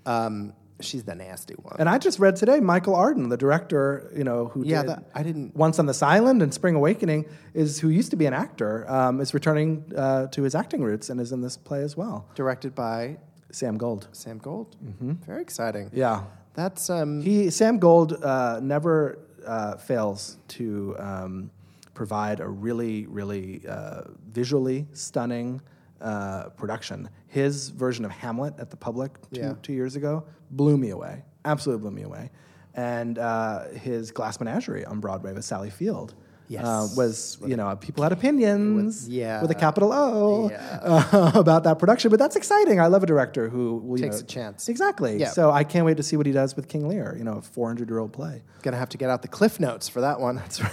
Speaker 2: Um, she's the nasty one.
Speaker 1: And I just read today Michael Arden, the director, you know, who
Speaker 2: yeah,
Speaker 1: did
Speaker 2: that, I didn't.
Speaker 1: Once on this Island and Spring Awakening, is who used to be an actor, um, is returning uh, to his acting roots and is in this play as well.
Speaker 2: Directed by
Speaker 1: Sam Gold.
Speaker 2: Sam Gold. Very exciting.
Speaker 1: Yeah.
Speaker 2: That's, um,
Speaker 1: He Sam Gold uh, never uh, fails to um, provide a really, really uh, visually stunning uh, production. His version of Hamlet at the Public two,
Speaker 2: Yeah.
Speaker 1: two years ago blew me away. Absolutely blew me away. And uh, his Glass Menagerie on Broadway with Sally Field. Uh,
Speaker 2: Yes.
Speaker 1: was, you know, people had opinions
Speaker 2: yeah.
Speaker 1: with a capital O
Speaker 2: Yeah.
Speaker 1: uh, about that production, but that's exciting. I love a director who will, you
Speaker 2: Takes
Speaker 1: know-
Speaker 2: a chance.
Speaker 1: Exactly.
Speaker 2: Yeah.
Speaker 1: So I can't wait to see what he does with King Lear. You know, a 400 year old play.
Speaker 2: gonna have to get out the Cliff Notes for that one. That's right.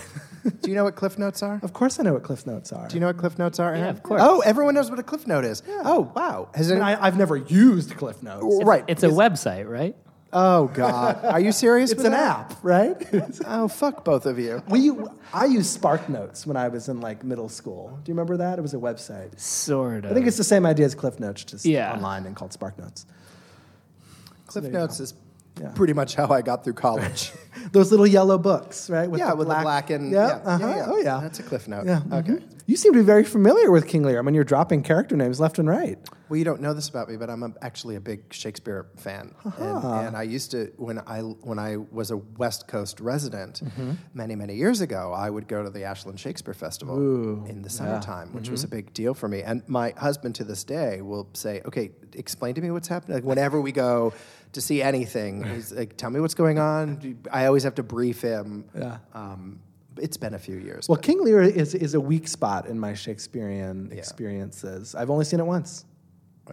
Speaker 2: Do you know what Cliff Notes are?
Speaker 1: Of course, I know what Cliff Notes are.
Speaker 2: Do you know what Cliff Notes are? Yeah,
Speaker 6: of course.
Speaker 2: Oh, everyone knows what a Cliff Note is. Oh, wow. Has
Speaker 1: I mean,
Speaker 2: any-
Speaker 1: I, I've never used Cliff Notes.
Speaker 2: Oh, right.
Speaker 6: It's a website, right?
Speaker 2: Oh God, are you serious?
Speaker 1: It's
Speaker 2: with
Speaker 1: an
Speaker 2: that?
Speaker 1: app, right?
Speaker 2: Oh fuck both of you.
Speaker 1: we, I used Spark Notes when I was in like middle school. Do you remember that? It was a website.
Speaker 6: Sort of.
Speaker 1: I think it's the same idea as Cliff Notes, just
Speaker 6: Yeah.
Speaker 1: online and called Spark Notes.
Speaker 2: Cliff Notes is pretty much how I got through college.
Speaker 1: Those little yellow books, right?
Speaker 2: yeah, with the black and
Speaker 1: Yeah,
Speaker 2: yeah,
Speaker 1: uh-huh. Oh yeah.
Speaker 2: That's a Cliff Note.
Speaker 1: Yeah. uh-huh. mm-hmm.
Speaker 2: Okay.
Speaker 1: You seem to be very familiar with King Lear. I mean, you're dropping character names left and right.
Speaker 2: Well, you don't know this about me, but I'm a, actually a big Shakespeare fan, and, and I used to when I when I was a West Coast resident many many years ago, I would go to the Ashland Shakespeare Festival in the summertime, which was a big deal for me. And my husband to this day will say, "Okay, explain to me what's happening." Like whenever we go to see anything, he's like, "Tell me what's going on." I always have to brief him. Yeah. Um, it's been a few years.
Speaker 1: Well,
Speaker 2: but-
Speaker 1: King Lear is, is a weak spot in my Shakespearean experiences. I've only seen it once.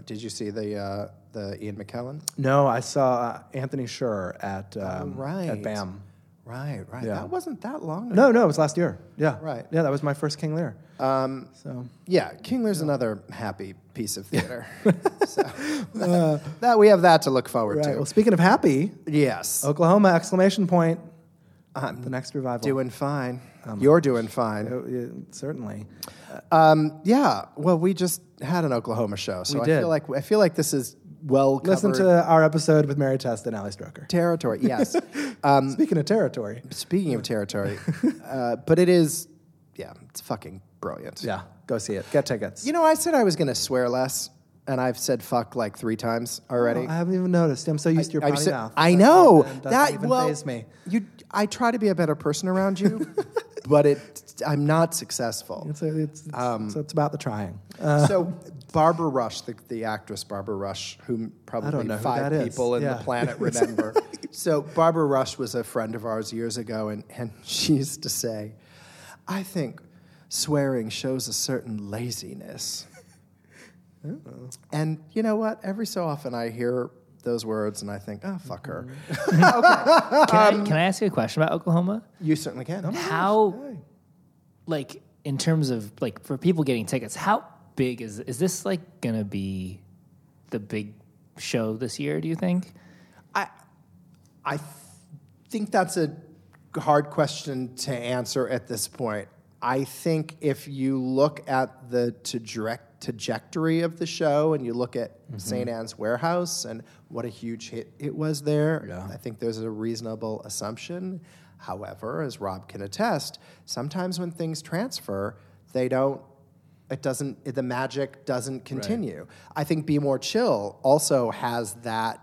Speaker 2: did you see the uh, the Ian McKellen?
Speaker 1: No, I saw uh, Anthony Scher at um,
Speaker 2: right.
Speaker 1: at BAM.
Speaker 2: Right, right.
Speaker 1: Yeah.
Speaker 2: That wasn't that long ago.
Speaker 1: No, no, it was last year. Yeah,
Speaker 2: Right.
Speaker 1: Yeah, that was my first King Lear. Um, so
Speaker 2: Yeah, King Lear's another happy piece of theater. so, that we have that to look forward
Speaker 1: right.
Speaker 2: to.
Speaker 1: Well, Oh. speaking of happy,
Speaker 2: yes,
Speaker 1: Oklahoma exclamation point. the next revival.
Speaker 2: doing fine.
Speaker 1: Um,
Speaker 2: You're doing fine.
Speaker 1: Oh, yeah, certainly.
Speaker 2: Yeah. Well, we just had an Oklahoma show, so
Speaker 1: We
Speaker 2: I
Speaker 1: did.
Speaker 2: feel like I feel like this is well covered
Speaker 1: Listen to our episode with Mary Test and Ali Stroker.
Speaker 2: territory. Yes.
Speaker 1: Speaking of territory,
Speaker 2: Speaking of territory, uh, but it is, yeah, it's fucking brilliant.
Speaker 1: yeah, go see it. Get tickets.
Speaker 2: You know, I said I was going to swear less, and I've said fuck like three times already.
Speaker 1: I haven't even noticed. I'm so used to your
Speaker 2: I'm
Speaker 1: potty
Speaker 2: so-
Speaker 1: mouth.
Speaker 2: I know
Speaker 1: Doesn't
Speaker 2: that
Speaker 1: even
Speaker 2: well,
Speaker 1: faze me.
Speaker 2: You, I try to be a better person around you, but it, I'm not successful.
Speaker 1: It's, it's, uh, it's,
Speaker 2: Um,
Speaker 1: so it's about the trying.
Speaker 10: Uh,
Speaker 2: so Barbara Rush, the, the actress Barbara Rush, whom probably
Speaker 1: don't know who
Speaker 2: five
Speaker 1: that is.
Speaker 2: people in
Speaker 1: Yeah.
Speaker 2: the planet remember. so Barbara Rush was a friend of ours years ago, and, and she used to say, I think swearing shows a certain laziness. And you know what? Every so often I hear those words and I think, oh, fuck her.
Speaker 1: Mm-hmm.
Speaker 6: Can,
Speaker 2: um,
Speaker 6: I, can I ask you a question about Oklahoma?
Speaker 2: You certainly can.
Speaker 6: How, like, in terms of like for people getting tickets, how big is is this like gonna be the big show this year? Do you think?
Speaker 2: I th- think that's a hard question to answer at this point. I think if you look at the traject- trajectory of the show and you look at
Speaker 10: Mm-hmm.
Speaker 2: St. Anne's Warehouse and what a huge hit it was there, I think there's a reasonable assumption. However, as Rob can attest, sometimes when things transfer, they don't it doesn't it- the magic doesn't continue i think be more chill also has that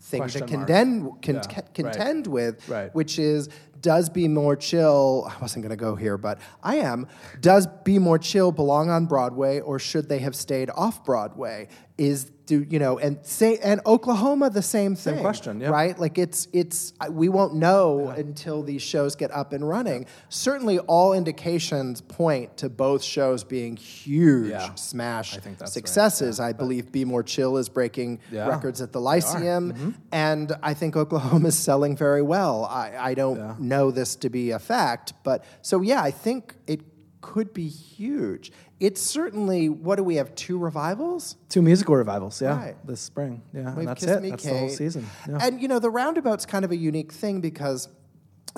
Speaker 2: thing
Speaker 10: Question
Speaker 2: to
Speaker 10: mark.
Speaker 2: contend con-
Speaker 10: Yeah,
Speaker 2: ca-
Speaker 10: right.
Speaker 2: contend with,
Speaker 10: Right.
Speaker 2: which is does be more chill. I wasn't going to go here, but I am. Does be more chill belong on Broadway, or should they have stayed off Broadway? Is do you know and say and Oklahoma the same thing?
Speaker 10: question, yeah.
Speaker 2: right? Like it's it's I- we won't know until these shows get up and running. Certainly, all indications point to both shows being huge
Speaker 10: Yeah.
Speaker 2: smash
Speaker 10: I think that's right.
Speaker 2: successes. I believe Be More Chill is breaking
Speaker 10: Yeah. Mm-hmm.
Speaker 2: records at the Lyceum, and I think Oklahoma is selling very well. I, I don't know this to be a fact, but so yeah, I think it could be huge. It's certainly, what do we have, two revivals?
Speaker 10: Two musical revivals, yeah,
Speaker 2: Right.
Speaker 10: this spring. Yeah,
Speaker 2: We've
Speaker 10: and that's
Speaker 2: Kiss
Speaker 10: it.
Speaker 2: Me,
Speaker 10: that's the whole
Speaker 2: Kate.
Speaker 10: season. Yeah.
Speaker 2: And you know, the roundabout's kind of a unique thing because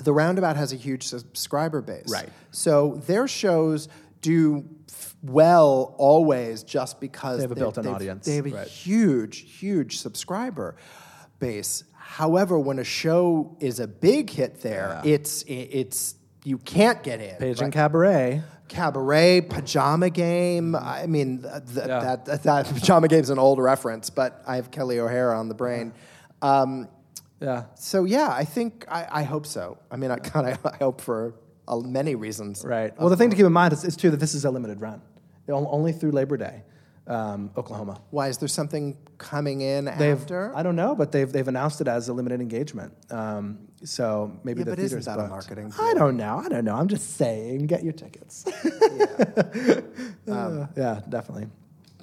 Speaker 2: the roundabout has a huge subscriber base.
Speaker 10: Right.
Speaker 2: So their shows do f- well always just because
Speaker 10: They have a
Speaker 2: they're-
Speaker 10: built-in
Speaker 2: they've-
Speaker 10: audience.
Speaker 2: They have a
Speaker 10: Right.
Speaker 2: huge, huge subscriber base. However, when a show is a big hit there, it's it, it's you can't get in.
Speaker 10: Page
Speaker 2: right?
Speaker 10: and Cabaret.
Speaker 2: cabaret, pajama game. I mean, th- th- that, that, that pajama game's an old reference, but I have Kelly O'Hara on the brain. Um,
Speaker 10: Yeah,
Speaker 2: so yeah, I think I, I hope so. I mean, I kind of I hope for uh, many reasons.
Speaker 10: right. Well, the thing to keep in mind is, is too that this is a limited run, On- only through Labor Day, um, Oklahoma.
Speaker 2: Why is there something coming in
Speaker 10: They've,
Speaker 2: after?
Speaker 10: I don't know, but they've they've announced it as a limited engagement. Um, so maybe
Speaker 2: Yeah,
Speaker 10: the
Speaker 2: but isn't
Speaker 10: theater's
Speaker 2: that a
Speaker 10: booked.
Speaker 2: marketing
Speaker 10: I don't know. I don't know. I'm just saying, get your tickets.
Speaker 2: Um,
Speaker 10: Uh, yeah, definitely.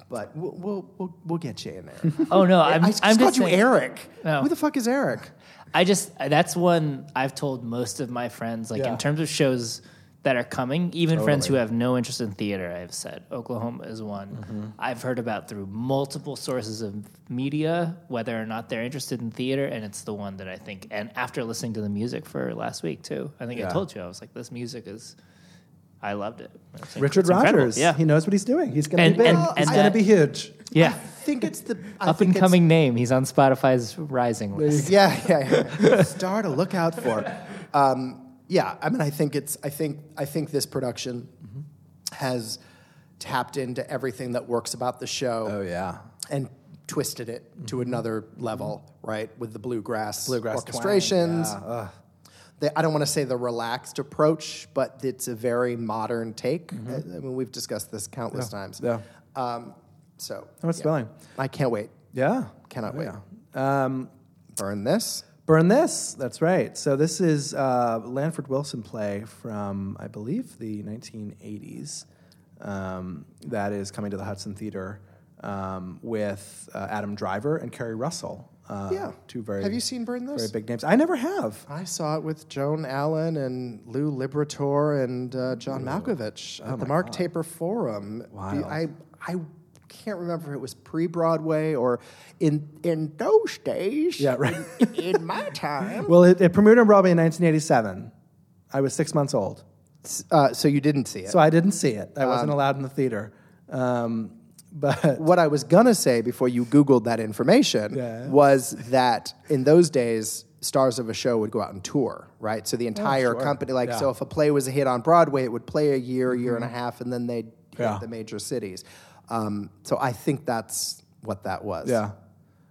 Speaker 2: but we'll, we'll we'll we'll get you in there.
Speaker 6: Oh no, I'm,
Speaker 2: I
Speaker 6: I'm
Speaker 2: just
Speaker 6: just
Speaker 2: called you
Speaker 6: saying- Oh.
Speaker 2: Eric.
Speaker 6: No.
Speaker 2: Who the fuck is Eric?
Speaker 6: I just that's one I've told most of my friends. Like
Speaker 10: Yeah.
Speaker 6: in terms of shows that are coming, even friends who have no interest in theater, I've said Oklahoma is one I've heard about through multiple sources of media, whether or not they're interested in theater, and it's the one that I think. And after listening to the music for last week too, I think I told you I was like, this music is, I loved it. It's inc-
Speaker 10: Richard
Speaker 6: it's incredible.
Speaker 10: Rodgers.
Speaker 6: yeah,
Speaker 10: he knows what he's doing. He's gonna
Speaker 6: And-
Speaker 10: be big.
Speaker 6: and-
Speaker 10: he's
Speaker 6: and
Speaker 10: gonna
Speaker 6: that-
Speaker 10: be huge.
Speaker 6: yeah.
Speaker 2: I think it's the I
Speaker 6: Up and
Speaker 2: think it's-
Speaker 6: coming name. He's on Spotify's rising list.
Speaker 2: Yeah, yeah, yeah. Star to look out for. Um, yeah, I mean, I think it's. I think. I think this production
Speaker 10: Mm-hmm.
Speaker 2: has tapped into everything that works about the show.
Speaker 10: Oh yeah. Mm-hmm.
Speaker 2: and twisted it to another level, right? With the bluegrass,
Speaker 10: Bluegrass twang,
Speaker 2: orchestrations.
Speaker 10: yeah.
Speaker 2: The- I don't want to say the relaxed approach, but it's a very modern take. I, I mean, we've discussed this countless times.
Speaker 10: Mm-hmm. Yeah.
Speaker 2: Um, so
Speaker 10: How much spelling?
Speaker 2: I can't wait.
Speaker 10: Yeah.
Speaker 2: Cannot wait.
Speaker 10: Yeah. Um,
Speaker 2: Burn this.
Speaker 10: Burn This. That's right. So this is uh, Lanford Wilson play from, I believe, the 1980s. Um, that is coming to the Hudson Theater um, with uh, Adam Driver and Kerry Russell. Uh,
Speaker 2: Yeah.
Speaker 10: Two very.
Speaker 2: Have you seen Burn This?
Speaker 10: Very big names. I never have.
Speaker 2: I saw it with Joan Allen and Lou Liberator and uh, John Malkovich at the Mark Taper Forum.
Speaker 10: Wild.
Speaker 2: I I can't remember if it was pre-Broadway or in in those days.
Speaker 10: Yeah, right.
Speaker 2: in, in my time.
Speaker 10: Well, it, it premiered on Broadway in 1987. I was six months old.
Speaker 2: Uh, so you didn't see it.
Speaker 10: So I didn't see it.
Speaker 2: Um,
Speaker 10: I wasn't allowed in the theater. Um, but
Speaker 2: what I was gonna say before you Googled that information
Speaker 10: Yeah.
Speaker 2: was that in those days, stars of a show would go out and tour, right?
Speaker 10: Oh,
Speaker 2: So the entire company, like, so if a play was a hit on Broadway, it would play a year, year and a half, and then they'd hit
Speaker 10: Mm-hmm. Yeah.
Speaker 2: the major cities. Um, so I think that's what that was.
Speaker 10: Yeah.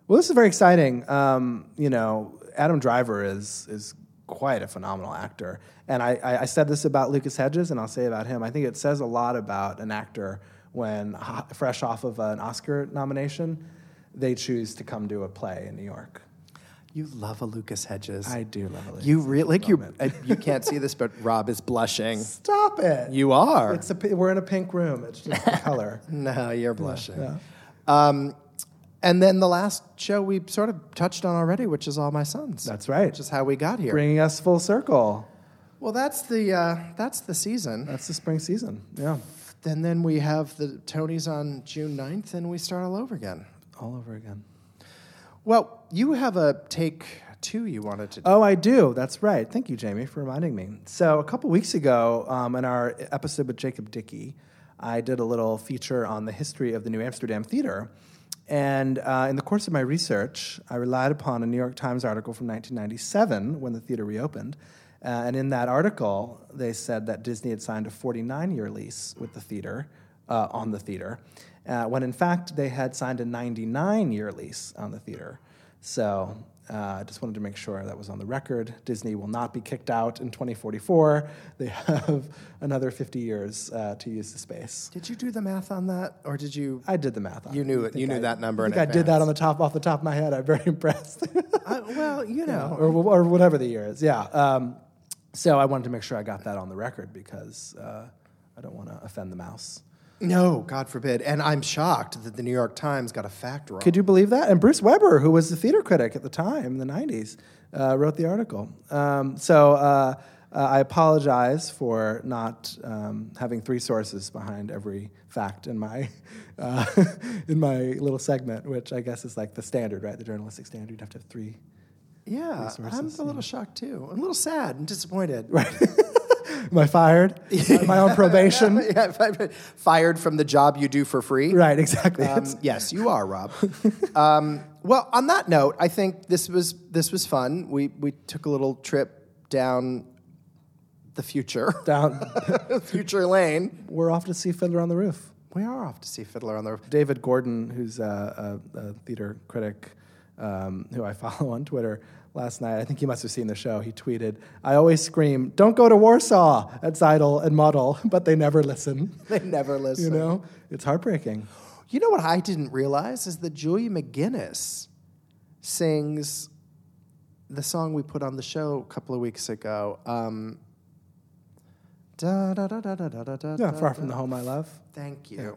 Speaker 10: Well, this is very exciting. Um, you know, Adam Driver is is quite a phenomenal actor, and I, I, I said this about Lucas Hedges, and I'll say about him. I think it says a lot about an actor when ho- fresh off of an Oscar nomination, they choose to come do a play in New York.
Speaker 2: You love a Lucas Hedges.
Speaker 10: I do love it.
Speaker 2: You really like you. uh, you can't see this, but Rob is blushing.
Speaker 10: stop it.
Speaker 2: You are.
Speaker 10: It's a, pi- we're in a pink room. It's just the color.
Speaker 2: No, you're blushing. Um, and then the last show we sort of touched on already, which is All My Sons.
Speaker 10: That's right.
Speaker 2: Which is how we got here.
Speaker 10: Bringing us full circle.
Speaker 2: well, that's the uh, that's the
Speaker 1: Uh.
Speaker 2: season.
Speaker 10: That's the spring season. Yeah.
Speaker 2: And then we have the Tonys on June 9th, and we start all over again.
Speaker 10: All over again.
Speaker 2: Well, you have a take two you wanted to do.
Speaker 10: Oh, I do. That's right. Thank you, Jamie, for reminding me. So, a couple weeks ago, um, in our episode with Jacob Dickey, I did a little feature on the history of the New Amsterdam Theater. And uh, in the course of my research, I relied upon a New York Times article from 1997 when the theater reopened. Uh, and in that article, they said that Disney had signed a 49 year lease with the theater, uh, on the theater, uh, when in fact they had signed a 99 year lease on the theater. So
Speaker 1: Uh, I just wanted to make sure that was on the record. Disney will not be kicked out in 2044. They have another 50 years uh, to use the space.
Speaker 2: Did you do the math on that, or did you?
Speaker 1: I did the math. on
Speaker 2: You knew it.
Speaker 1: think
Speaker 2: You knew
Speaker 1: I-
Speaker 2: that number.
Speaker 1: I
Speaker 2: in
Speaker 1: think I did that
Speaker 2: advance. Uh,
Speaker 1: on the top off the top of my head. I'm very impressed.
Speaker 2: well, you know,
Speaker 1: or, or whatever the year is. Yeah. Um, so I wanted to make sure I got that on the record because uh, I don't want to offend the mouse.
Speaker 2: No, God forbid. And I'm shocked that the New York Times got a fact wrong.
Speaker 1: Could you believe that? And Bruce Weber, who was the theater critic at the time, in the 90s, uh, wrote the article. Um, so uh, uh, I apologize for not um, having three sources behind every fact in my, uh, in my little segment, which I guess is like the standard, right? The journalistic standard. You'd have to have three.
Speaker 2: yeah, I'm
Speaker 1: resources,
Speaker 2: a little shocked too. I'm a little sad and disappointed.
Speaker 1: Am I fired? Am I on probation?
Speaker 2: Yeah, yeah, fired from the job you do for free.
Speaker 1: Right, exactly.
Speaker 2: Um, yes, you are, Rob. um, well, on that note, I think this was this was fun. We we took a little trip down the future,
Speaker 1: Down,
Speaker 2: future lane.
Speaker 1: we're off to see Fiddler on the Roof.
Speaker 2: We are off to see Fiddler on the Roof.
Speaker 1: David Gordon, who's a, a, a theater critic um, who I follow on Twitter, last night, I think he must have seen the show, he tweeted, I always scream, don't go to Warsaw at Zeidel and Model, but they never listen.
Speaker 2: They never listen.
Speaker 1: You know, it's heartbreaking.
Speaker 2: You know what I didn't realize is that Julia McGinnis sings the song we put on the show a couple of weeks ago. Um, da, da, da, da, da, da, da, da,
Speaker 1: Yeah, far from the home I love.
Speaker 2: Thank you.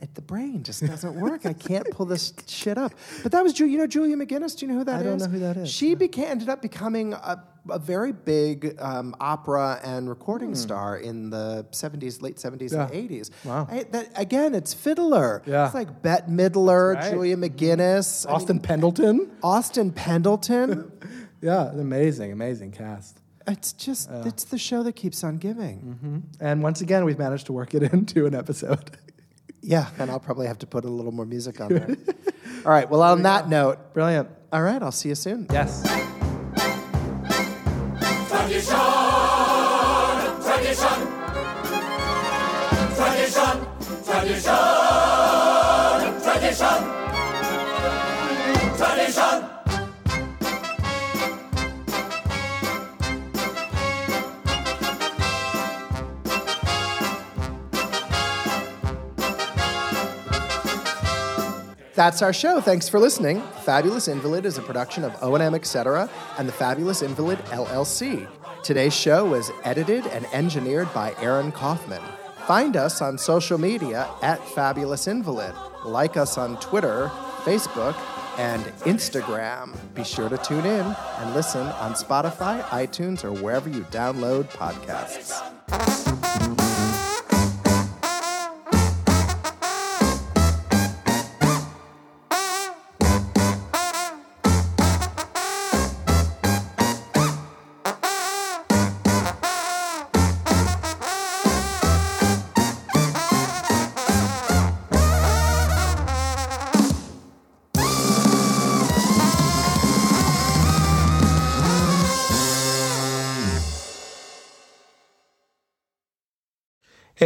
Speaker 2: It, the brain just doesn't work. I can't pull this shit up. But that was Ju- you know Julia McGinnis. Do you know who that is?
Speaker 1: I don't know who that is.
Speaker 2: She beca- ended up becoming a, a very big um, opera and recording star in the seventies, late seventies and
Speaker 1: Yeah.
Speaker 2: eighties.
Speaker 1: Wow.
Speaker 2: I, that, again, it's Fiddler.
Speaker 1: Yeah.
Speaker 2: It's like Bette Midler,
Speaker 1: That's right.
Speaker 2: Julia McGinnis, I
Speaker 1: Austin
Speaker 2: mean,
Speaker 1: Pendleton.
Speaker 2: Austin Pendleton.
Speaker 1: Yeah, an amazing, amazing cast.
Speaker 2: it's just it's the show that keeps on giving.
Speaker 1: And once again, we've managed to work it into an episode.
Speaker 2: Yeah, and I'll probably have to put a little more music on there. All right. Well, on that note.
Speaker 1: Brilliant.
Speaker 2: All right, I'll see you soon.
Speaker 1: Yes.
Speaker 5: Tradition, tradition, tradition, tradition, tradition.
Speaker 2: That's our show. Thanks for listening. Fabulous Invalid is a production of O&M Etc. and the Fabulous Invalid LLC. Today's show was edited and engineered by Aaron Kaufman. Find us on social media at Fabulous Invalid. Like us on Twitter, Facebook, and Instagram. Be sure to tune in and listen on Spotify, iTunes, or wherever you download podcasts.